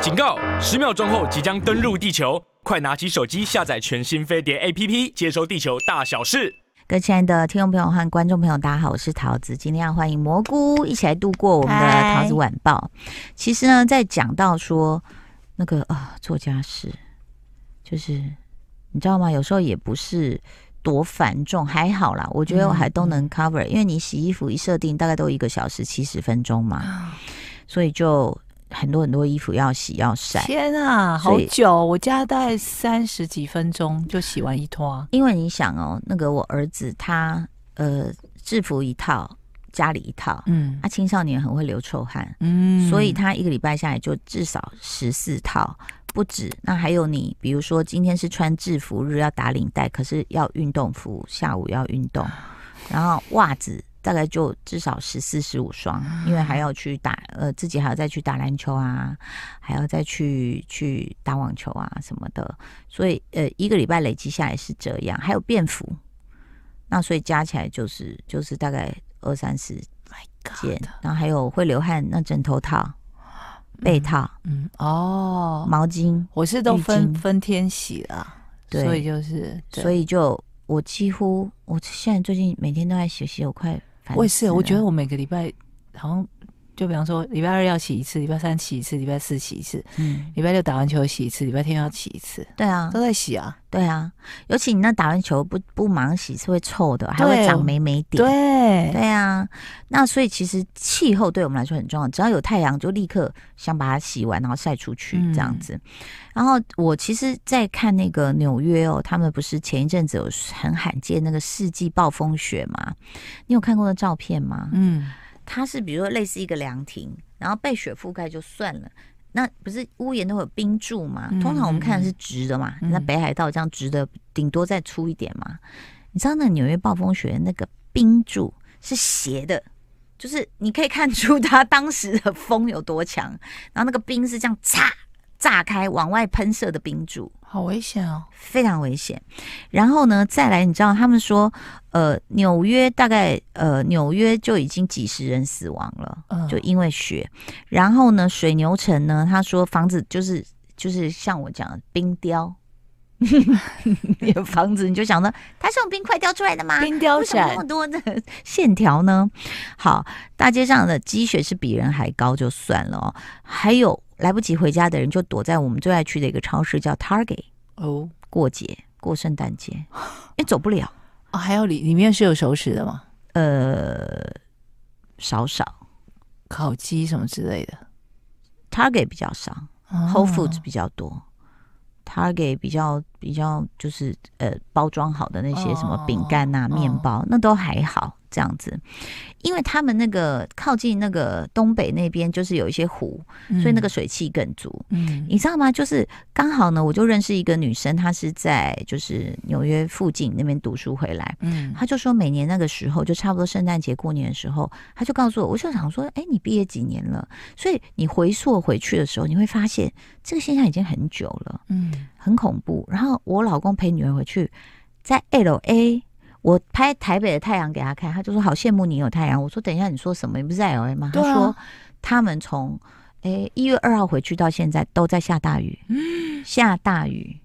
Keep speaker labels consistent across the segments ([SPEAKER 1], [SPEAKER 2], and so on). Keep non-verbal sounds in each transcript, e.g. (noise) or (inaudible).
[SPEAKER 1] 警告！十秒钟后即将登陆地球，快拿起手机下载全新飞碟 APP，接收地球大小事。
[SPEAKER 2] 各位亲爱的听众朋友和观众朋友，大家好，我是桃子，今天要欢迎蘑菇一起来度过我们的
[SPEAKER 3] 嗨
[SPEAKER 2] 桃子晚报。其实呢，在讲到说那个啊、做家事，就是你知道吗？有时候也不是多繁重，还好啦，我觉得我还都能 cover，、因为你洗衣服一设定大概都一个小时七十分钟嘛，所以就很多很多衣服要洗要晒。
[SPEAKER 3] 天啊，
[SPEAKER 2] 所
[SPEAKER 3] 好
[SPEAKER 2] 以
[SPEAKER 3] 久！我家大概三十几分钟就洗完一拖。啊
[SPEAKER 2] 因为你想哦，那个我儿子他呃制服一套，家里一套，
[SPEAKER 3] 嗯
[SPEAKER 2] 啊，青少年很会流臭汗，
[SPEAKER 3] 嗯
[SPEAKER 2] 所以他一个礼拜下来就至少十四套。不止，那还有你，比如说今天是穿制服日要打领带，可是要运动服，下午要运动，然后袜子大概就至少十四十五双，因为还要去打呃自己还要再去打篮球啊，还要再去去打网球啊什么的，所以呃一个礼拜累积下来是这样，还有便服，那所以加起来就是就是大概二三十
[SPEAKER 3] My
[SPEAKER 2] 件
[SPEAKER 3] God，，
[SPEAKER 2] 然后还有会流汗那枕头套、被套、
[SPEAKER 3] 嗯哦，
[SPEAKER 2] 毛巾，
[SPEAKER 3] 我是都分
[SPEAKER 2] 浴巾
[SPEAKER 3] 分天洗了，
[SPEAKER 2] 对
[SPEAKER 3] 所以就是，对
[SPEAKER 2] 所以就我几乎我现在最近每天都在洗洗，我快烦死了
[SPEAKER 3] 我也是，我觉得我每个礼拜好像。就比方说，礼拜二要洗一次，礼拜三洗一次，礼拜四洗一次，
[SPEAKER 2] 嗯，
[SPEAKER 3] 礼拜六打完球洗一次，礼拜天要洗一次，
[SPEAKER 2] 对啊
[SPEAKER 3] 都，在洗啊。
[SPEAKER 2] 对啊，尤其你那打完球不不忙洗是会臭的，还会
[SPEAKER 3] 对
[SPEAKER 2] 长霉霉点。
[SPEAKER 3] 对，
[SPEAKER 2] 对啊，那所以其实气候对我们来说很重要，只要有太阳就立刻想把它洗完，然后晒出去
[SPEAKER 3] 嗯
[SPEAKER 2] 这样子。然后我其实，在看那个纽约哦，他们不是前一阵子有很罕见那个世纪暴风雪嘛？你有看过那照片吗？
[SPEAKER 3] 嗯，
[SPEAKER 2] 它是比如说类似一个凉亭，然后被雪覆盖就算了。那不是屋檐都有冰柱嘛？
[SPEAKER 3] 嗯
[SPEAKER 2] 通常我们看的是直的嘛，
[SPEAKER 3] 嗯
[SPEAKER 2] 那北海道这样直的，顶多再粗一点嘛。你知道那纽约暴风雪那个冰柱是斜的，就是你可以看出它当时的风有多强，然后那个冰是这样炸炸开往外喷射的冰柱。
[SPEAKER 3] 好危险哦。
[SPEAKER 2] 非常危险。然后呢，再来，你知道他们说，呃，纽约大概呃，纽约就已经几十人死亡了，
[SPEAKER 3] 嗯
[SPEAKER 2] 就因为雪。然后呢，水牛城呢，他说房子就是就是像我讲的冰雕，你的房子你就想说，它是用冰块雕出来的吗？
[SPEAKER 3] 冰雕
[SPEAKER 2] 为什么那
[SPEAKER 3] 展
[SPEAKER 2] 么，多的线条呢？好，大街上的积雪是比人还高就算了哦，还有来不及回家的人就躲在我们最爱去的一个超市叫 Target。
[SPEAKER 3] 哦
[SPEAKER 2] 过节，过圣诞节，
[SPEAKER 3] (laughs)
[SPEAKER 2] 因为走不了，
[SPEAKER 3] 哦，还有里里面是有熟食的吗？
[SPEAKER 2] 呃，少少
[SPEAKER 3] 烤鸡什么之类的。
[SPEAKER 2] ，Target 比较少
[SPEAKER 3] 哦
[SPEAKER 2] ，Whole Foods 比较多。Target 比较比较就是呃包装好的那些什么
[SPEAKER 3] 哦
[SPEAKER 2] 饼干呐、
[SPEAKER 3] 哦
[SPEAKER 2] 面包，那都还好这样子，因为他们那个靠近那个东北那边就是有一些湖，所以那个水汽更足。
[SPEAKER 3] 哦嗯
[SPEAKER 2] 你知道吗？就是刚好呢，我就认识一个女生，她是在就是纽约附近那边读书回来，
[SPEAKER 3] 嗯
[SPEAKER 2] 他就说每年那个时候，就差不多圣诞节、过年的时候，他就告诉我，我就想说，哎，你毕业几年了？所以你回溯回去的时候，你会发现这个现象已经很久了，
[SPEAKER 3] 嗯
[SPEAKER 2] 很恐怖。然后我老公陪女儿回去，在 L A，我拍台北的太阳给他看，他就说好羡慕你有太阳。我说等一下你说什么？你不是在 L A 吗？
[SPEAKER 3] 对
[SPEAKER 2] 他
[SPEAKER 3] 啊
[SPEAKER 2] 说他们从哎一月二号回去到现在都在下大雨，
[SPEAKER 3] 嗯
[SPEAKER 2] 下大雨。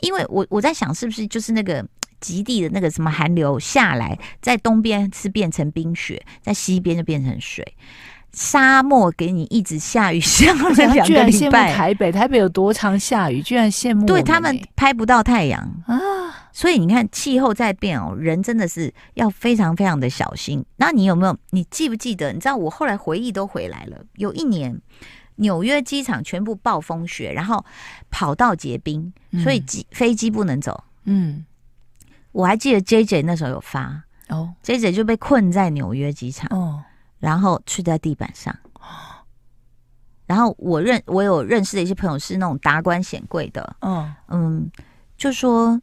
[SPEAKER 2] 因为我我在想，是不是就是那个极地的那个什么寒流下来，在东边是变成冰雪，在西边就变成水。沙漠给你一直下雨， (laughs) 下了
[SPEAKER 3] 然
[SPEAKER 2] (laughs)
[SPEAKER 3] 后
[SPEAKER 2] 两
[SPEAKER 3] 居
[SPEAKER 2] 个
[SPEAKER 3] 然羡
[SPEAKER 2] 礼
[SPEAKER 3] 慕
[SPEAKER 2] 拜，
[SPEAKER 3] 台北，台北有多常下雨，居然羡慕
[SPEAKER 2] 对
[SPEAKER 3] 我
[SPEAKER 2] 他们
[SPEAKER 3] 欸
[SPEAKER 2] 拍不到太阳，
[SPEAKER 3] 啊，
[SPEAKER 2] 所以你看气候在变哦，人真的是要非常非常的小心。那你有没有？你记不记得？你知道我后来回忆都回来了，有一年纽约机场全部暴风雪，然后跑道结冰，所以
[SPEAKER 3] 嗯
[SPEAKER 2] 机飞机不能走。
[SPEAKER 3] 嗯
[SPEAKER 2] 我还记得 J J 那时候有发
[SPEAKER 3] 哦
[SPEAKER 2] ，J J 就被困在纽约机场，
[SPEAKER 3] 哦
[SPEAKER 2] 然后睡在地板上。然后我认我有认识的一些朋友是那种达官显贵的，
[SPEAKER 3] 哦，
[SPEAKER 2] 嗯，就说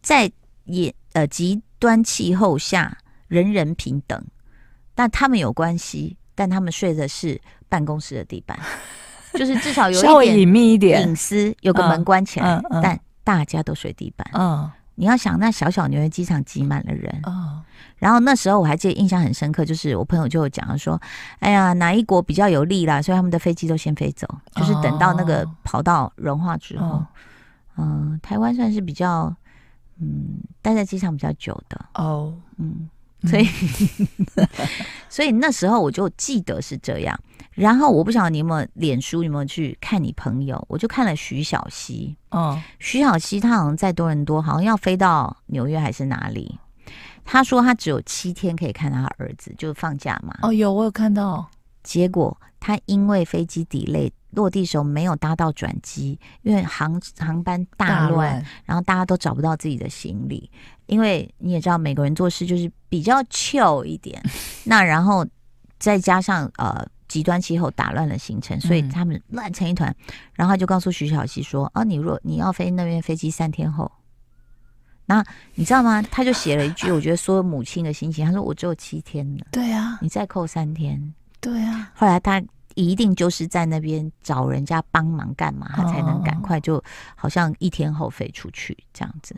[SPEAKER 2] 在也呃极端气候下，人人平等，但他们有关系，但他们睡的是办公室的地板，就是至哦少有
[SPEAKER 3] 稍微
[SPEAKER 2] 一
[SPEAKER 3] 隐秘一
[SPEAKER 2] 点
[SPEAKER 3] 点，
[SPEAKER 2] 隐私，有个
[SPEAKER 3] 嗯
[SPEAKER 2] 门关起来，
[SPEAKER 3] 嗯嗯
[SPEAKER 2] 但大家都睡地板。
[SPEAKER 3] 嗯
[SPEAKER 2] 你要想，那小小纽约机场挤满了人，
[SPEAKER 3] 哦
[SPEAKER 2] 然后那时候我还记得印象很深刻，就是我朋友就有讲他说，哎呀，哪一国比较有利啦，所以他们的飞机都先飞走，就是等到那个
[SPEAKER 3] 哦
[SPEAKER 2] 跑道融化之后，
[SPEAKER 3] 哦
[SPEAKER 2] 嗯、台湾算是比较嗯待在机场比较久的，
[SPEAKER 3] 哦，
[SPEAKER 2] 嗯，
[SPEAKER 3] 嗯
[SPEAKER 2] 所以、 (laughs) 所以那时候我就记得是这样。然后我不晓得你有没有脸书，有没有去看你朋友，我就看了徐小溪。
[SPEAKER 3] 哦，
[SPEAKER 2] 徐小溪她好像在多伦多，好像要飞到纽约还是哪里。她说她只有七天可以看她儿子，就放假嘛。
[SPEAKER 3] 哦，有我有看到，
[SPEAKER 2] 结果她因为飞机 delay 落地时候没有搭到转机，因为航航班大乱，然后大家都找不到自己的行李，因为你也知道美国人做事就是比较 chill 一点，那然后再加上呃极端气候打乱了行程，所以
[SPEAKER 3] 嗯
[SPEAKER 2] 他们乱成一团。然后他就告诉徐小溪说：“啊，你若你要飞那边飞机三天后。”那你知道吗？他就写了一句，我觉得所有母亲的心情。他说：“我只有七天了，
[SPEAKER 3] 对啊，
[SPEAKER 2] 你再扣三天。
[SPEAKER 3] 对啊，”
[SPEAKER 2] 后来他一定就是在那边找人家帮忙干嘛，他才能赶快就好像一天后飞出去这样子，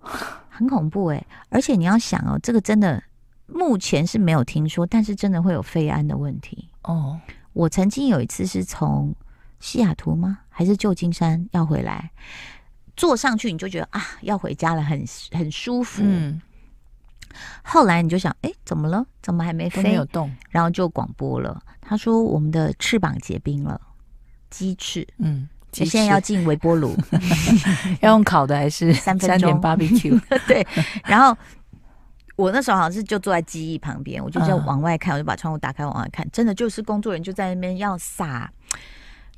[SPEAKER 2] 很恐怖哎、而且你要想哦，这个真的目前是没有听说，但是真的会有肺安的问题。
[SPEAKER 3] 哦，
[SPEAKER 2] 我曾经有一次是从西雅图吗？还是旧金山要回来，坐上去你就觉得啊，要回家了，很很舒服。
[SPEAKER 3] 嗯，
[SPEAKER 2] 后来你就想，哎，怎么了？怎么还没
[SPEAKER 3] 都没
[SPEAKER 2] 飞
[SPEAKER 3] 有？动，
[SPEAKER 2] 然后就广播了，他说我们的翅膀结冰了，鸡翅，
[SPEAKER 3] 嗯，
[SPEAKER 2] 我
[SPEAKER 3] 其
[SPEAKER 2] 现在要进微波
[SPEAKER 3] (laughs)
[SPEAKER 2] 炉。
[SPEAKER 3] 要用烤的还是
[SPEAKER 2] 三分
[SPEAKER 3] 三
[SPEAKER 2] 钟 (laughs)
[SPEAKER 3] 点 barbecue？
[SPEAKER 2] 对，然后我那时候好像是就坐在机翼旁边，我就在
[SPEAKER 3] 嗯
[SPEAKER 2] 往外看，我就把窗户打开往外看，真的就是工作人员就在那边要撒，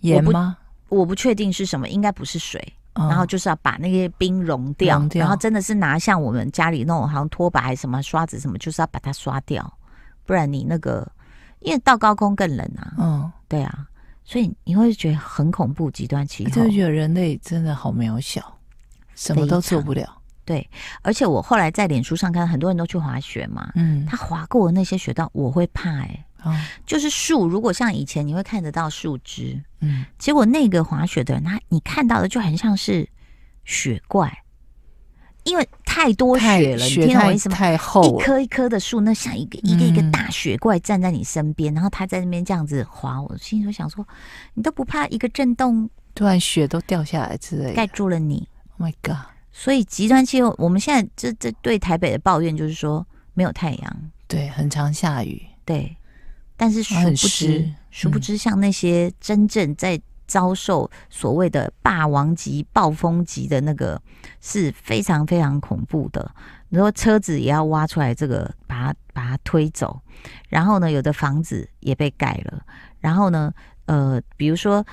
[SPEAKER 3] 盐吗？
[SPEAKER 2] 我不确定是什么，应该不是水。
[SPEAKER 3] 嗯
[SPEAKER 2] 然后就是要把那些冰融掉，
[SPEAKER 3] 融掉
[SPEAKER 2] 然后真的是拿像我们家里那种好像拖把还是什么刷子什么，就是要把它刷掉，不然你那个因为到高空更冷啊，
[SPEAKER 3] 嗯，
[SPEAKER 2] 对啊，所以你会觉得很恐怖，极端气候
[SPEAKER 3] 就。啊觉得人类真的好渺小，什么都做不了。
[SPEAKER 2] 而且我后来在脸书上看，很多人都去滑雪嘛，
[SPEAKER 3] 嗯，
[SPEAKER 2] 他滑过的那些雪道，我会怕哎、
[SPEAKER 3] 哦，
[SPEAKER 2] 就是树，如果像以前你会看得到树枝，
[SPEAKER 3] 嗯，
[SPEAKER 2] 结果那个滑雪的人，他你看到的就很像是雪怪，因为太多
[SPEAKER 3] 太
[SPEAKER 2] 雪了，你
[SPEAKER 3] 雪
[SPEAKER 2] 听懂我
[SPEAKER 3] 太
[SPEAKER 2] 意思吗？
[SPEAKER 3] 太厚
[SPEAKER 2] 一
[SPEAKER 3] 了，
[SPEAKER 2] 颗一颗的树，那像一个一个一个
[SPEAKER 3] 嗯
[SPEAKER 2] 大雪怪站在你身边，然后他在那边这样子滑，我心里就想说，你都不怕一个震动
[SPEAKER 3] 突然雪都掉下来之类的。
[SPEAKER 2] 盖
[SPEAKER 3] Oh
[SPEAKER 2] 住了你？
[SPEAKER 3] my god！
[SPEAKER 2] 所以极端气候，我们现在这这对台北的抱怨就是说没有太阳，
[SPEAKER 3] 对，很常下雨，
[SPEAKER 2] 对，但是殊
[SPEAKER 3] 然后很
[SPEAKER 2] 不知
[SPEAKER 3] 湿，，
[SPEAKER 2] 殊不知像那些真正在遭
[SPEAKER 3] 嗯
[SPEAKER 2] 受所谓的霸王级、暴风级的那个是非常非常恐怖的。你说车子也要挖出来，这个把它把它推走，然后呢，有的房子也被盖了，然后呢，呃，比如说。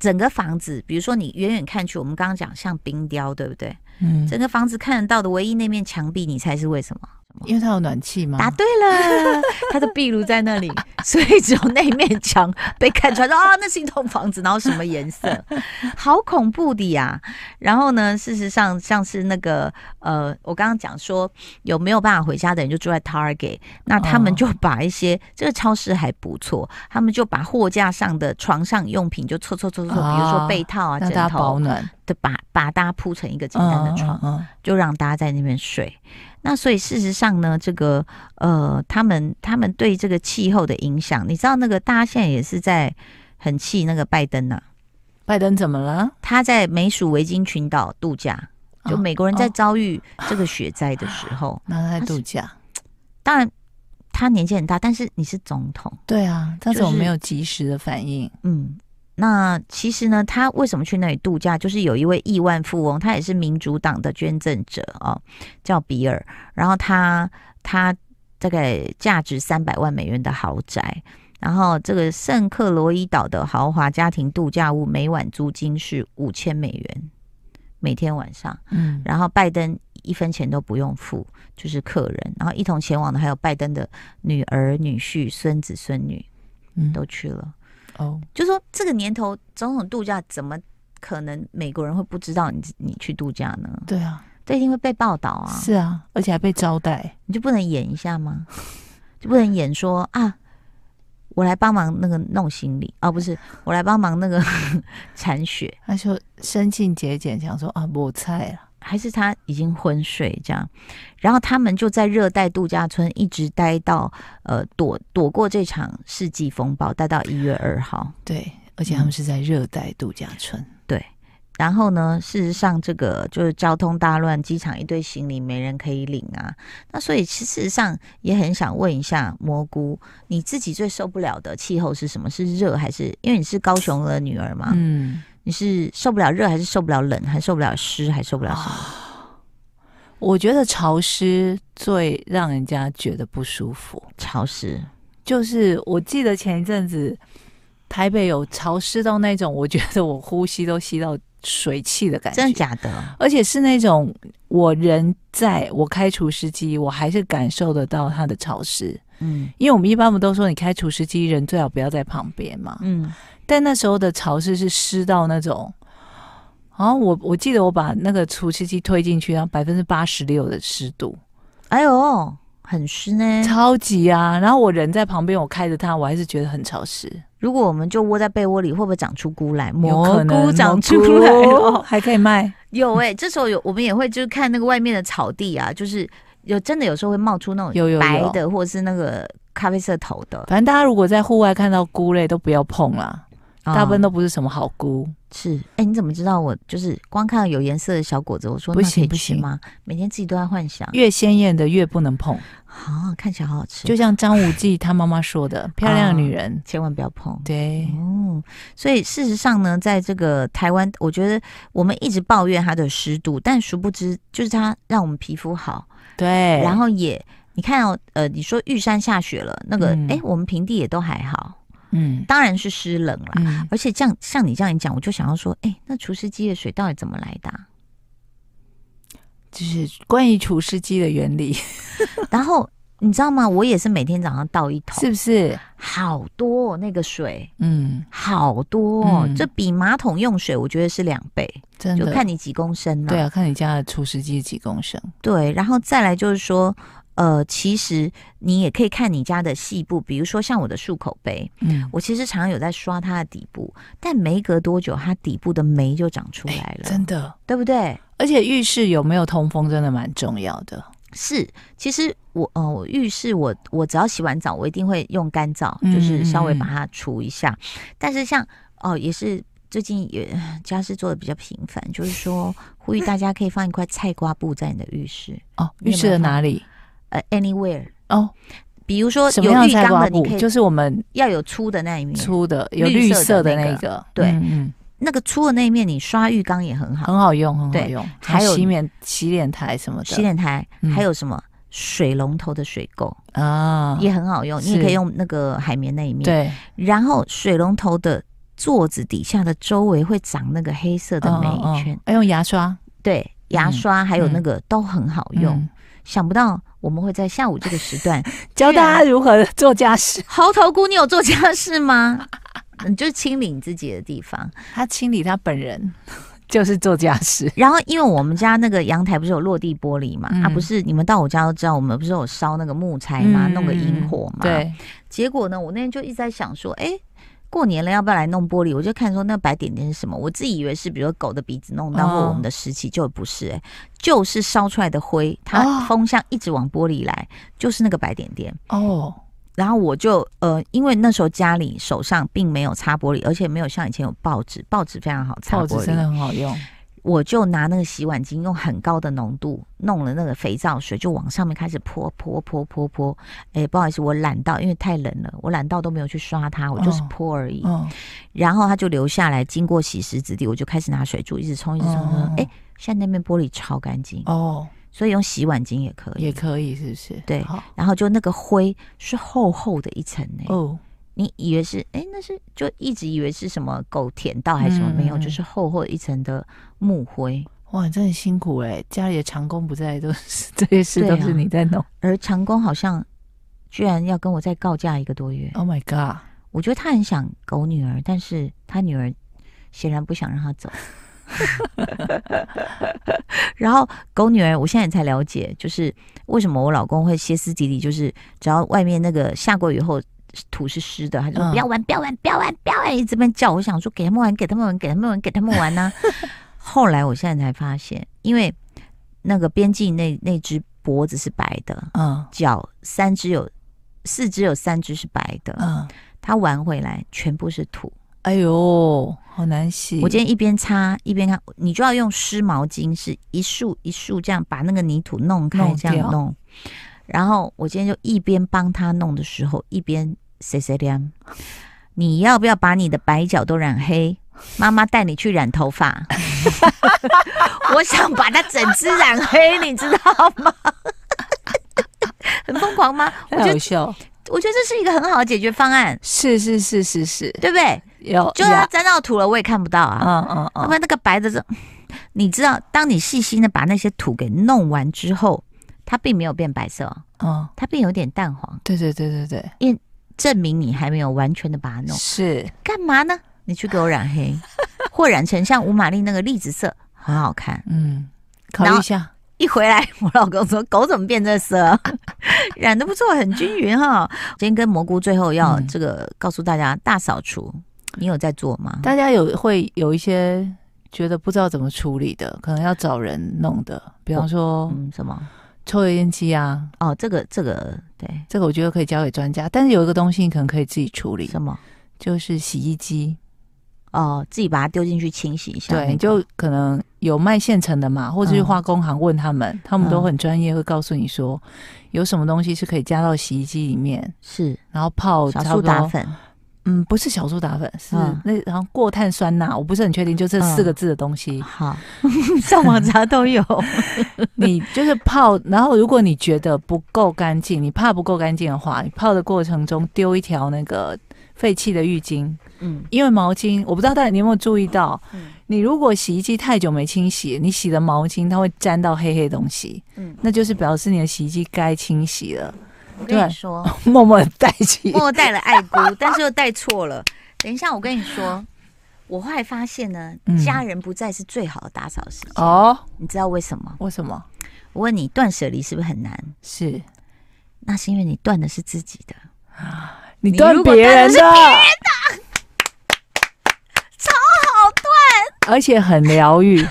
[SPEAKER 2] 整个房子，比如说你远远看去，我们刚刚讲像冰雕，对不对？
[SPEAKER 3] 嗯，
[SPEAKER 2] 整个房子看得到的唯一那面墙壁，你猜是为什么？
[SPEAKER 3] 因为它有暖气嘛。
[SPEAKER 2] 答对
[SPEAKER 3] (laughs)
[SPEAKER 2] 了，他的壁炉在那里， (laughs) 所以只有那一面墙被看出来说啊，那是一栋房子，然后什么颜
[SPEAKER 3] (laughs)
[SPEAKER 2] 色，好恐怖的呀！然后呢，事实上像是那个呃，我刚刚讲说有没有办法回家的人就住在 Target，那他们
[SPEAKER 3] 哦
[SPEAKER 2] 就把一些、这个超市还不错，他们就把货架上的床上用品就凑凑凑凑，凑，比如说
[SPEAKER 3] 哦
[SPEAKER 2] 被套啊、
[SPEAKER 3] 让
[SPEAKER 2] 枕
[SPEAKER 3] 大家保
[SPEAKER 2] 头，
[SPEAKER 3] 暖，
[SPEAKER 2] 就把把大家铺成一个简
[SPEAKER 3] 嗯
[SPEAKER 2] 单的床。
[SPEAKER 3] 嗯嗯
[SPEAKER 2] 就让大家在那边睡。那所以事实上呢，这个呃，他们他们对这个气候的影响，你知道那个大家现在也是在很气那个拜登呐、
[SPEAKER 3] 拜登怎么了？
[SPEAKER 2] 他在美属维京群岛度假，就
[SPEAKER 3] 哦
[SPEAKER 2] 美国人在
[SPEAKER 3] 哦
[SPEAKER 2] 遭遇这个雪灾的时候，
[SPEAKER 3] 拿他在度假。
[SPEAKER 2] 当然他年纪很大，但是你是总统，
[SPEAKER 3] 对啊，他
[SPEAKER 2] 就
[SPEAKER 3] 怎么
[SPEAKER 2] 是
[SPEAKER 3] 没有及时的反应？
[SPEAKER 2] 嗯。那其实呢，他为什么去那里度假？就是有一位亿万富翁，他也是民主党的捐赠者哦，叫比尔。然后他他大概价值三百万美元的豪宅，然后这个圣克罗伊岛的豪华家庭度假屋每晚租金是五千美元，每天晚上。
[SPEAKER 3] 嗯，
[SPEAKER 2] 然后拜登一分钱都不用付，就是客人。然后一同前往的还有拜登的女儿、女婿、孙子、孙女
[SPEAKER 3] 嗯
[SPEAKER 2] 都去了。
[SPEAKER 3] 哦，
[SPEAKER 2] 就说这个年头，总统度假怎么可能美国人会不知道你你去度假呢？
[SPEAKER 3] 对啊，
[SPEAKER 2] 这一定会被报道啊！
[SPEAKER 3] 是啊，而且还被招待。
[SPEAKER 2] 你就不能演一下吗？就不能演说啊，我来帮忙那个弄行李啊，不是我来帮忙那个 (laughs) 铲雪。
[SPEAKER 3] 他就生进节俭，想说啊，我菜了，
[SPEAKER 2] 还是他已经昏睡这样，然后他们就在热带度假村一直待到呃躲躲过这场世纪风暴，待到一月二号。
[SPEAKER 3] 对，而且他
[SPEAKER 2] 嗯
[SPEAKER 3] 们是在热带度假村，
[SPEAKER 2] 然后呢，事实上这个就是交通大乱，机场一堆行李没人可以领啊。那所以其实事实上也很想问一下蘑菇，你自己最受不了的气候是什么？是热还是因为你是高雄的女儿嘛？
[SPEAKER 3] 嗯，
[SPEAKER 2] 你是受不了热还是受不了冷，还受不了湿，还受
[SPEAKER 3] 哦
[SPEAKER 2] 不了什么？
[SPEAKER 3] 我觉得潮湿最让人家觉得不舒服。
[SPEAKER 2] 潮湿？
[SPEAKER 3] 就是我记得前一阵子台北有潮湿到那种，我觉得我呼吸都吸到水汽的感觉，
[SPEAKER 2] 真的假的？
[SPEAKER 3] 而且是那种我人在我开除湿机，我还是感受得到它的潮湿。
[SPEAKER 2] 嗯
[SPEAKER 3] 因为我们一般不都说你开除湿机人最好不要在旁边嘛，
[SPEAKER 2] 嗯，
[SPEAKER 3] 但那时候的潮湿是湿到那种，然后我我记得我把那个除湿机推进去，然后百分之八十六的湿度，
[SPEAKER 2] 哎呦，很湿呢。
[SPEAKER 3] 超级啊！然后我人在旁边，我开着它，我还是觉得很潮湿。
[SPEAKER 2] 如果我们就窝在被窝里，会不会长出菇来？
[SPEAKER 3] 有可
[SPEAKER 2] 蘑
[SPEAKER 3] 能
[SPEAKER 2] 菇长出
[SPEAKER 3] 蘑菇 (laughs)
[SPEAKER 2] 来哦了。
[SPEAKER 3] 还可以卖。
[SPEAKER 2] 有哎、这时候有我们也会就是看那个外面的草地啊，就是有真的有时候会冒出那
[SPEAKER 3] 有有有
[SPEAKER 2] 种白的或者是那个咖啡色头的，
[SPEAKER 3] 反正大家如果在户外看到菇类，都不要碰啦，
[SPEAKER 2] 啊
[SPEAKER 3] 大部分都不是什么好菇。
[SPEAKER 2] 是。哎、你怎么知道我就是光看到有颜色的小果子，我说
[SPEAKER 3] 不
[SPEAKER 2] 那可
[SPEAKER 3] 行
[SPEAKER 2] 以
[SPEAKER 3] 不
[SPEAKER 2] 吃
[SPEAKER 3] 行
[SPEAKER 2] 吗？每天自己都在幻想，
[SPEAKER 3] 越鲜艳的越不能碰，
[SPEAKER 2] 啊，看起来好好吃，
[SPEAKER 3] 就像张无忌他妈妈说的，漂亮
[SPEAKER 2] 啊
[SPEAKER 3] 的女人。
[SPEAKER 2] 千万不要碰。
[SPEAKER 3] 对，
[SPEAKER 2] 哦，所以事实上呢，在这个台湾，我觉得我们一直抱怨它的湿度，但殊不知就是它让我们皮肤好，
[SPEAKER 3] 对，
[SPEAKER 2] 然后也你看哦，呃，你说玉山下雪了，那个哎、
[SPEAKER 3] 嗯
[SPEAKER 2] 诶我们平地也都还好，
[SPEAKER 3] 嗯
[SPEAKER 2] 当然是湿冷啦。
[SPEAKER 3] 嗯，
[SPEAKER 2] 而且这样像你这样一讲，我就想要说，哎、那除湿机的水到底怎么来的啊、
[SPEAKER 3] (laughs) 就是关于除湿机的原理，
[SPEAKER 2] 然后你知道吗？我也是每天早上倒一桶，
[SPEAKER 3] 是不是？
[SPEAKER 2] 好多、哦、那个水。
[SPEAKER 3] 嗯，
[SPEAKER 2] 好多、哦，
[SPEAKER 3] 嗯
[SPEAKER 2] 这比马桶用水我觉得是两倍，
[SPEAKER 3] 真
[SPEAKER 2] 就
[SPEAKER 3] 的。
[SPEAKER 2] 看你几公升了、
[SPEAKER 3] 对啊，看你家的除湿机几公升。
[SPEAKER 2] 对，然后再来就是说，呃，其实你也可以看你家的细部，比如说像我的漱口杯，
[SPEAKER 3] 嗯，
[SPEAKER 2] 我其实常常有在刷它的底部，但没隔多久，它底部的霉就长出来了，
[SPEAKER 3] 哎真的。
[SPEAKER 2] 对不对？
[SPEAKER 3] 而且浴室有没有通风真的蛮重要的。
[SPEAKER 2] 是，其实我呃，我浴室我我只要洗完澡，我一定会用干燥，
[SPEAKER 3] 嗯
[SPEAKER 2] 就是稍微
[SPEAKER 3] 嗯嗯
[SPEAKER 2] 把它除一下。但是像哦、也是最近也家事做的比较频繁，就是说呼吁大家可以放一块菜瓜布在你的浴室，
[SPEAKER 3] 哦，
[SPEAKER 2] 你
[SPEAKER 3] 浴
[SPEAKER 2] 有
[SPEAKER 3] 室的
[SPEAKER 2] 没有
[SPEAKER 3] 哪里？
[SPEAKER 2] 呃，anywhere，
[SPEAKER 3] 哦，
[SPEAKER 2] 比如说
[SPEAKER 3] 什么
[SPEAKER 2] 有
[SPEAKER 3] 样的
[SPEAKER 2] 浴
[SPEAKER 3] 菜
[SPEAKER 2] 缸
[SPEAKER 3] 瓜
[SPEAKER 2] 的，你
[SPEAKER 3] 布？
[SPEAKER 2] 可以
[SPEAKER 3] 就是我们
[SPEAKER 2] 要有粗的那一面，
[SPEAKER 3] 粗的，有
[SPEAKER 2] 绿
[SPEAKER 3] 绿
[SPEAKER 2] 色
[SPEAKER 3] 色
[SPEAKER 2] 的那
[SPEAKER 3] 的
[SPEAKER 2] 个
[SPEAKER 3] 那个，
[SPEAKER 2] 对
[SPEAKER 3] 嗯，
[SPEAKER 2] 那个粗的那一面，你刷浴缸也很
[SPEAKER 3] 嗯
[SPEAKER 2] 好。
[SPEAKER 3] 很好用，很好
[SPEAKER 2] 对
[SPEAKER 3] 用。
[SPEAKER 2] 还有
[SPEAKER 3] 洗面洗脸台什么的，
[SPEAKER 2] 洗脸台、
[SPEAKER 3] 嗯
[SPEAKER 2] 还有什么水龙头的水垢、
[SPEAKER 3] 啊，
[SPEAKER 2] 也很好用，你也
[SPEAKER 3] 是
[SPEAKER 2] 可以用那个海绵那一面。，
[SPEAKER 3] 对，
[SPEAKER 2] 然后水龙头的座子底下的周围会长那个黑色的霉
[SPEAKER 3] 嗯嗯嗯
[SPEAKER 2] 圈，
[SPEAKER 3] 要用牙刷
[SPEAKER 2] 对，牙刷还有那个都很好用。啊
[SPEAKER 3] 嗯
[SPEAKER 2] 想不到我们会在下午这个时
[SPEAKER 3] (laughs)
[SPEAKER 2] 段，
[SPEAKER 3] 教大家如何做家事。 (laughs)
[SPEAKER 2] 猴头菇，你有做家事吗？你就是清理你自己的地方。
[SPEAKER 3] 他清理他本人 (laughs) 就是做家事，
[SPEAKER 2] 然后，因为我们家那个阳台不是有落地玻璃嘛，
[SPEAKER 3] 嗯
[SPEAKER 2] 啊，不是你们到我家都知道，我们不是有烧那个木材嘛，
[SPEAKER 3] 嗯
[SPEAKER 2] 弄个萤火嘛。。
[SPEAKER 3] 对，
[SPEAKER 2] 结果呢，我那天就一直在想说，哎。过年了，要不要来弄玻璃？我就看说那白点点是什么，我自己以为是比如说狗的鼻子弄到
[SPEAKER 3] 哦
[SPEAKER 2] 或我们的湿气，就不是、哎，就是烧出来的灰，
[SPEAKER 3] 哦
[SPEAKER 2] 它风向一直往玻璃来，就是那个白点点。
[SPEAKER 3] 哦，
[SPEAKER 2] 然后我就呃，因为那时候家里手上并没有擦玻璃，而且没有像以前有报纸，报纸非常好擦
[SPEAKER 3] 报
[SPEAKER 2] 玻
[SPEAKER 3] 纸
[SPEAKER 2] 璃，
[SPEAKER 3] 真的很好用，
[SPEAKER 2] 我就拿那个洗碗巾，用很高的浓度弄了那个肥皂水，就往上面开始泼泼泼泼泼。哎、不好意思，我懒到，因为太冷了，我懒到都没有去刷它，我就是
[SPEAKER 3] 哦
[SPEAKER 2] 泼而已。
[SPEAKER 3] 嗯，
[SPEAKER 2] 然后它就流下来，经过洗石子地，我就开始拿水柱一直冲，一直冲。
[SPEAKER 3] 哦
[SPEAKER 2] 冲哎、现在那面玻璃超干净，
[SPEAKER 3] 哦，
[SPEAKER 2] 所以用洗碗巾也可
[SPEAKER 3] 也
[SPEAKER 2] 以。
[SPEAKER 3] 可以，是不是？
[SPEAKER 2] 对
[SPEAKER 3] 好
[SPEAKER 2] 然后就那个灰是厚厚的一层呢、
[SPEAKER 3] 哦，
[SPEAKER 2] 你以为是哎、那是就一直以为是什么狗舔到还是什么，
[SPEAKER 3] 嗯
[SPEAKER 2] 没有，
[SPEAKER 3] 嗯
[SPEAKER 2] 就是厚厚的一层的木灰。
[SPEAKER 3] 哇，你真的很辛苦哎，家里的长工不在，都是这些事
[SPEAKER 2] 对
[SPEAKER 3] 都
[SPEAKER 2] 啊
[SPEAKER 3] 是你在弄。
[SPEAKER 2] 而长工好像居然要跟我再告假一个多月。
[SPEAKER 3] Oh my god！
[SPEAKER 2] 我觉得他很想狗女儿，但是他女儿显然不想让他走。 (laughs) 然后狗女儿，我现在也才了解，就是为什么我老公会歇斯底里，就是只要外面那个下过雨后土是湿的，他就说
[SPEAKER 3] 嗯
[SPEAKER 2] 不要玩，不要玩，不要玩，不要玩，一直在那边叫。我啊想说给他们玩，给他们玩，给他们玩，给他们玩呐、后来我现在才发现，因为那个边境那那只脖子是白的，
[SPEAKER 3] 嗯
[SPEAKER 2] 脚三只有四只有三只是白的，
[SPEAKER 3] 嗯，
[SPEAKER 2] 它玩回来全部是土。
[SPEAKER 3] 哎呦，好难洗。
[SPEAKER 2] 我今天一边擦一边看，你就要用湿毛巾，是一束一束这样把那个泥土弄开，
[SPEAKER 3] 弄
[SPEAKER 2] 这样
[SPEAKER 3] 掉
[SPEAKER 2] 弄。然后我今天就一边帮他弄的时候，一边 C C 亮，你要不要把你的白脚都染黑？妈妈带你去染头
[SPEAKER 3] (laughs)
[SPEAKER 2] 发，我想把它整只染黑，你知道
[SPEAKER 3] (laughs)
[SPEAKER 2] 吗？很疯狂吗？我
[SPEAKER 3] 太
[SPEAKER 2] 觉
[SPEAKER 3] (laughs) 好
[SPEAKER 2] 得，
[SPEAKER 3] 笑，
[SPEAKER 2] 我觉得这是一个很好的解决方案，
[SPEAKER 3] 是是是是是，
[SPEAKER 2] 对不对？
[SPEAKER 3] 有
[SPEAKER 2] 就算它
[SPEAKER 3] 哦呀
[SPEAKER 2] 沾到土了，我也看不到啊。
[SPEAKER 3] 嗯嗯
[SPEAKER 2] 要不
[SPEAKER 3] 嗯，
[SPEAKER 2] 然那个白的这， (laughs) 你知道，当你细心的把那些土给弄完之后，它并没有变白色哦，
[SPEAKER 3] 嗯，
[SPEAKER 2] 它变有点淡黄，
[SPEAKER 3] 对对对对对，
[SPEAKER 2] 证明你还没有完全的把它弄。
[SPEAKER 3] 是
[SPEAKER 2] 干嘛呢？你去给我染黑， (laughs) 或染成像五玛丽那个栗子色，很好看。
[SPEAKER 3] 嗯，考
[SPEAKER 2] 然
[SPEAKER 3] 虑
[SPEAKER 2] 后
[SPEAKER 3] 一下，
[SPEAKER 2] 一回来，我老公说：“狗怎么变这色 (laughs) 啊？”染的不错，很均匀哈、今天跟蘑菇最后要
[SPEAKER 3] 嗯
[SPEAKER 2] 这个告诉大家大扫除，你有在做吗？
[SPEAKER 3] 大家有会有一些觉得不知道怎么处理的，可能要找人弄的，比方说
[SPEAKER 2] 嗯，什么？
[SPEAKER 3] 抽油烟机啊，
[SPEAKER 2] 哦，这个这个对，
[SPEAKER 3] 这个我觉得可以交给专家，但是有一个东西你可能可以自己处理，
[SPEAKER 2] 什么？
[SPEAKER 3] 就是洗衣机。
[SPEAKER 2] 哦，自己把它丢进去清洗一下那个、
[SPEAKER 3] 对，你就可能有卖现成的嘛，或者去
[SPEAKER 2] 嗯
[SPEAKER 3] 化工行问他们，他们
[SPEAKER 2] 嗯
[SPEAKER 3] 都很专业，会告诉你说有什么东西是可以加到洗衣机里面，
[SPEAKER 2] 是
[SPEAKER 3] 然后泡
[SPEAKER 2] 小
[SPEAKER 3] 哦差不
[SPEAKER 2] 苏
[SPEAKER 3] 多
[SPEAKER 2] 打，粉，
[SPEAKER 3] 嗯，不是小苏打粉，是
[SPEAKER 2] 嗯
[SPEAKER 3] 那然后过碳酸钠，我不是很确定，就这
[SPEAKER 2] 嗯
[SPEAKER 3] 四个字的东西，
[SPEAKER 2] 好，
[SPEAKER 3] (laughs)
[SPEAKER 2] 上网查都有。
[SPEAKER 3] 你就是泡，然后如果你觉得不够干净，你怕不够干净的话，你泡的过程中丢一条那个废弃的浴巾，
[SPEAKER 2] 嗯，
[SPEAKER 3] 因为毛巾，我不知道大家你有没有注意到，
[SPEAKER 2] 嗯
[SPEAKER 3] 你如果洗衣机太久没清洗，你洗的毛巾它会沾到黑黑东西，
[SPEAKER 2] 嗯
[SPEAKER 3] 那就是表示你的洗衣机该清洗了， (laughs)
[SPEAKER 2] 我
[SPEAKER 3] 对
[SPEAKER 2] 跟你说，
[SPEAKER 3] 默默地带
[SPEAKER 2] (laughs)
[SPEAKER 3] 起
[SPEAKER 2] 默。默带了爱菇，但是又带错了。等一下，我跟你说，我后来发现呢
[SPEAKER 3] 嗯，
[SPEAKER 2] 家人不在是最好的打扫时间。
[SPEAKER 3] 哦，
[SPEAKER 2] 你知道为什么？
[SPEAKER 3] 为什么？
[SPEAKER 2] 我问你，断舍离是不是很难？
[SPEAKER 3] 是
[SPEAKER 2] 那是因为你断的是自己的，
[SPEAKER 3] 你
[SPEAKER 2] 断
[SPEAKER 3] 断
[SPEAKER 2] 别
[SPEAKER 3] 别
[SPEAKER 2] 人
[SPEAKER 3] 人的， (laughs)
[SPEAKER 2] 超好断。
[SPEAKER 3] 而且很
[SPEAKER 2] (laughs)
[SPEAKER 3] 疗愈。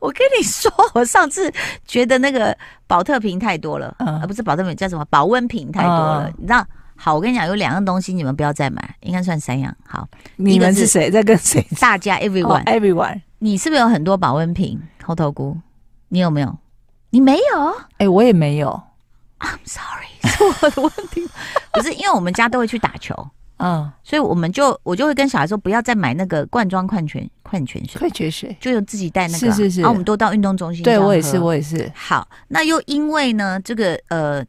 [SPEAKER 2] 我跟你说，我上次觉得那个保特瓶太多了，
[SPEAKER 3] 嗯
[SPEAKER 2] 啊，不是保特瓶叫什么保温瓶太多了，
[SPEAKER 3] 嗯
[SPEAKER 2] 你知道？好，我跟你讲，有两样东西你们不要再买，应该算三样。好，
[SPEAKER 3] 你们是谁在
[SPEAKER 2] (laughs)
[SPEAKER 3] 跟谁
[SPEAKER 2] 大家
[SPEAKER 3] 哦
[SPEAKER 2] everyone，、
[SPEAKER 3] 哎？Everyone。
[SPEAKER 2] 你是不是有很多保温瓶、猴头菇？你有没有？你没有
[SPEAKER 3] 哎，我也没有。
[SPEAKER 2] ？I'm sorry，是
[SPEAKER 3] (laughs)
[SPEAKER 2] 我的问题。 (laughs) 不是，因为我们家都会去打球，
[SPEAKER 3] 嗯，
[SPEAKER 2] 所以我们就我就会跟小孩说，不要再买那个罐装矿泉矿泉水，
[SPEAKER 3] 快绝水。
[SPEAKER 2] 就有自己带那个啊。
[SPEAKER 3] 是是是
[SPEAKER 2] 然后我们都到运动中心这
[SPEAKER 3] 对
[SPEAKER 2] 样喝。
[SPEAKER 3] 我也是，我也是。
[SPEAKER 2] 好，那又因为呢，这个呃，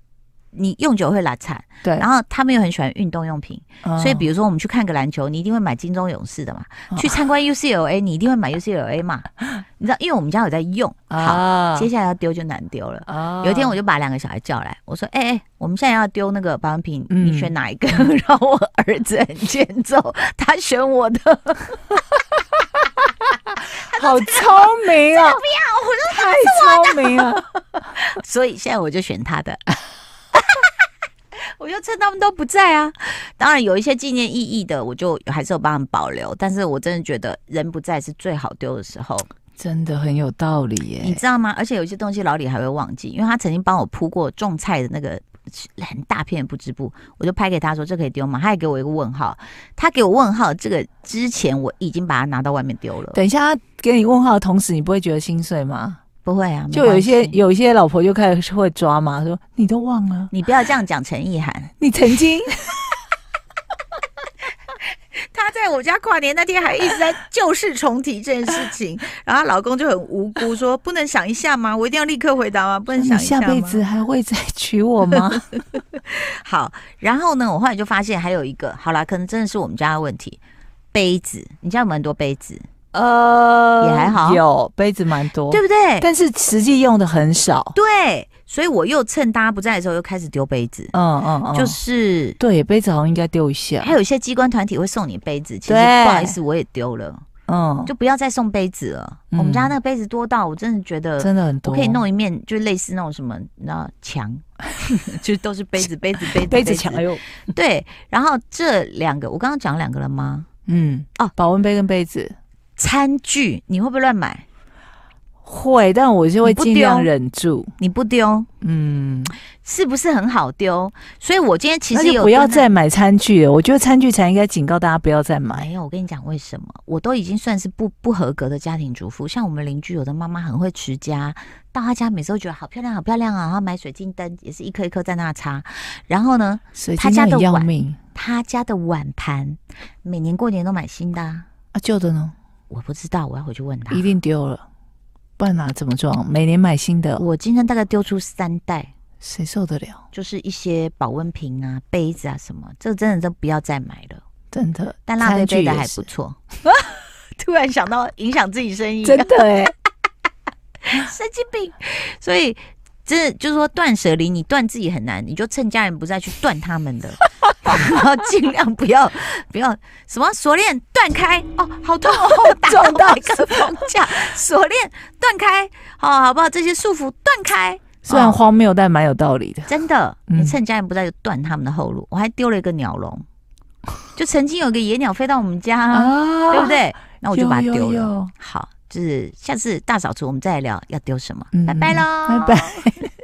[SPEAKER 2] 你用久会拉惨，
[SPEAKER 3] 对，
[SPEAKER 2] 然后他们又很喜欢运动用品，
[SPEAKER 3] 嗯
[SPEAKER 2] 所以比如说我们去看个篮球，你一定会买金州勇士的嘛；
[SPEAKER 3] 哦
[SPEAKER 2] 去参观 UCLA，你一定会买 UCLA
[SPEAKER 3] (laughs)
[SPEAKER 2] 嘛。你知道，因为我们家有在用，好，
[SPEAKER 3] 啊
[SPEAKER 2] 接下来要丢就难丢了。
[SPEAKER 3] 啊
[SPEAKER 2] 有一天我就把两个小孩叫来，我说：“哎、哎、我们现在要丢那个保养品，
[SPEAKER 3] 嗯
[SPEAKER 2] 你选哪一个？” (laughs) 然后我儿子很欠揍，他选我的， (laughs)
[SPEAKER 3] 好聪明啊！不要，我说太聪明了。
[SPEAKER 2] 所以现在我就选他的。 (laughs) 我就趁他们都不在啊，当然有一些纪念意义的，我就还是有帮他们保留。但是我真的觉得人不在是最好丢的时候，
[SPEAKER 3] 真的很有道理
[SPEAKER 2] 你
[SPEAKER 3] 耶。
[SPEAKER 2] 知道吗？而且有一些东西老李还会忘记，因为他曾经帮我铺过种菜的那个很大片的不织布，我就拍给他说这可以丢吗？他还给我一个问号，他给我问号，这个之前我已经把它拿到外面丢了，
[SPEAKER 3] 等一下他给你问号的同时，你不会觉得心碎吗？
[SPEAKER 2] 不会啊，没
[SPEAKER 3] 就有一些
[SPEAKER 2] 关系
[SPEAKER 3] 有一些老婆就开始会抓嘛，说你都忘了，
[SPEAKER 2] 你不要这样讲陈意涵。
[SPEAKER 3] 你曾经
[SPEAKER 2] 她在我家跨年那天还一直在旧事重提这件事
[SPEAKER 3] (laughs)
[SPEAKER 2] 情，然后她老公就很无辜说：“不能想一下吗？我一定要立刻回答吗？不能
[SPEAKER 3] 你
[SPEAKER 2] 想一
[SPEAKER 3] 下
[SPEAKER 2] 吗
[SPEAKER 3] 辈子还会再娶我吗？
[SPEAKER 2] 好。”然后呢，我后来就发现还有一个，好啦，可能真的是我们家的问题。杯子，你家有没有很多杯子， (laughs)
[SPEAKER 3] 呃
[SPEAKER 2] 也还好
[SPEAKER 3] 有杯子蛮多，
[SPEAKER 2] 对不对？
[SPEAKER 3] 但是实际用的很少。
[SPEAKER 2] 对，所以我又趁大家不在的时候又开始丢杯子，哦
[SPEAKER 3] 嗯嗯嗯，
[SPEAKER 2] 就是
[SPEAKER 3] 对，杯子好像应该丢一下
[SPEAKER 2] 还。有一些机关团体会送你杯子，其实
[SPEAKER 3] 对
[SPEAKER 2] 不好意思，我也丢了，
[SPEAKER 3] 嗯，
[SPEAKER 2] 就不要再送杯子了。
[SPEAKER 3] 嗯
[SPEAKER 2] 我们家那个杯子多到我真的觉得
[SPEAKER 3] 真的很
[SPEAKER 2] 我
[SPEAKER 3] 多，
[SPEAKER 2] 可以弄一面，就类似那种什么，你知道墙， (laughs) 就都是杯子、杯子、杯子、
[SPEAKER 3] 杯子抢。哎呦，
[SPEAKER 2] 对，然后这两个，我刚刚讲两个了吗？
[SPEAKER 3] 嗯
[SPEAKER 2] 哦
[SPEAKER 3] 保温杯跟杯子
[SPEAKER 2] 餐具你会不会乱买？
[SPEAKER 3] 会，但我就会
[SPEAKER 2] 你不
[SPEAKER 3] 尽量
[SPEAKER 2] 丢
[SPEAKER 3] 忍住。
[SPEAKER 2] 你不丢
[SPEAKER 3] 嗯，
[SPEAKER 2] 是不是很好丢？所以我今天其
[SPEAKER 3] 那
[SPEAKER 2] 实
[SPEAKER 3] 就
[SPEAKER 2] 有
[SPEAKER 3] 不要
[SPEAKER 2] 跟他
[SPEAKER 3] 再买餐具了。我觉得餐具才应该警告大家不要再买。
[SPEAKER 2] 哎没有，我跟你讲为什么？我都已经算是不不合格的家庭主妇。像我们邻居有的妈妈很会持家，到她家每次都觉得好漂亮，好漂亮啊！然后买水晶灯也是一颗一颗在那插。然后呢，
[SPEAKER 3] 所以
[SPEAKER 2] 他
[SPEAKER 3] 真
[SPEAKER 2] 家
[SPEAKER 3] 很
[SPEAKER 2] 的
[SPEAKER 3] 要
[SPEAKER 2] 碗
[SPEAKER 3] 命
[SPEAKER 2] 她家的碗盘每年过年都买新的、啊，
[SPEAKER 3] 啊，旧的呢
[SPEAKER 2] 我不知道，我要回去问她
[SPEAKER 3] 一。定丢了，不然哪怎么装？每年买新的，
[SPEAKER 2] 我今天大概丢出三袋，
[SPEAKER 3] 谁受得了？
[SPEAKER 2] 就是一些保温瓶啊、杯子啊什么，这真的都不要再买了。
[SPEAKER 3] 真的，
[SPEAKER 2] 但辣杯
[SPEAKER 3] 餐具
[SPEAKER 2] 杯的
[SPEAKER 3] 也
[SPEAKER 2] 还
[SPEAKER 3] 是 (laughs)
[SPEAKER 2] 不错。 (laughs) 突然想到影响自己生意，啊
[SPEAKER 3] 真的哎、
[SPEAKER 2] 神经病。所以这就是说断舍离，你断自己很难，你就趁家人不在去断他们
[SPEAKER 3] (laughs)
[SPEAKER 2] 的，然后尽量不要不要什么锁链断开哦，好
[SPEAKER 3] (laughs)
[SPEAKER 2] 痛哦，打
[SPEAKER 3] 撞到
[SPEAKER 2] 麦克风架，锁链断开哦，好不好？这些束缚断开。
[SPEAKER 3] 虽然
[SPEAKER 2] 哦
[SPEAKER 3] 荒谬，但蛮有道理的。
[SPEAKER 2] 真的，
[SPEAKER 3] 嗯
[SPEAKER 2] 你趁家人不在就断他们的后路。我还丢了一个鸟笼，就曾经有一个野鸟飞到我们家，
[SPEAKER 3] 啊
[SPEAKER 2] 对不？对？那我就把它
[SPEAKER 3] 有
[SPEAKER 2] 丢
[SPEAKER 3] 有
[SPEAKER 2] 了。
[SPEAKER 3] 有
[SPEAKER 2] 好，就是下次大扫除我们再来聊要丢什么。
[SPEAKER 3] 嗯
[SPEAKER 2] 拜拜喽，
[SPEAKER 3] 拜拜。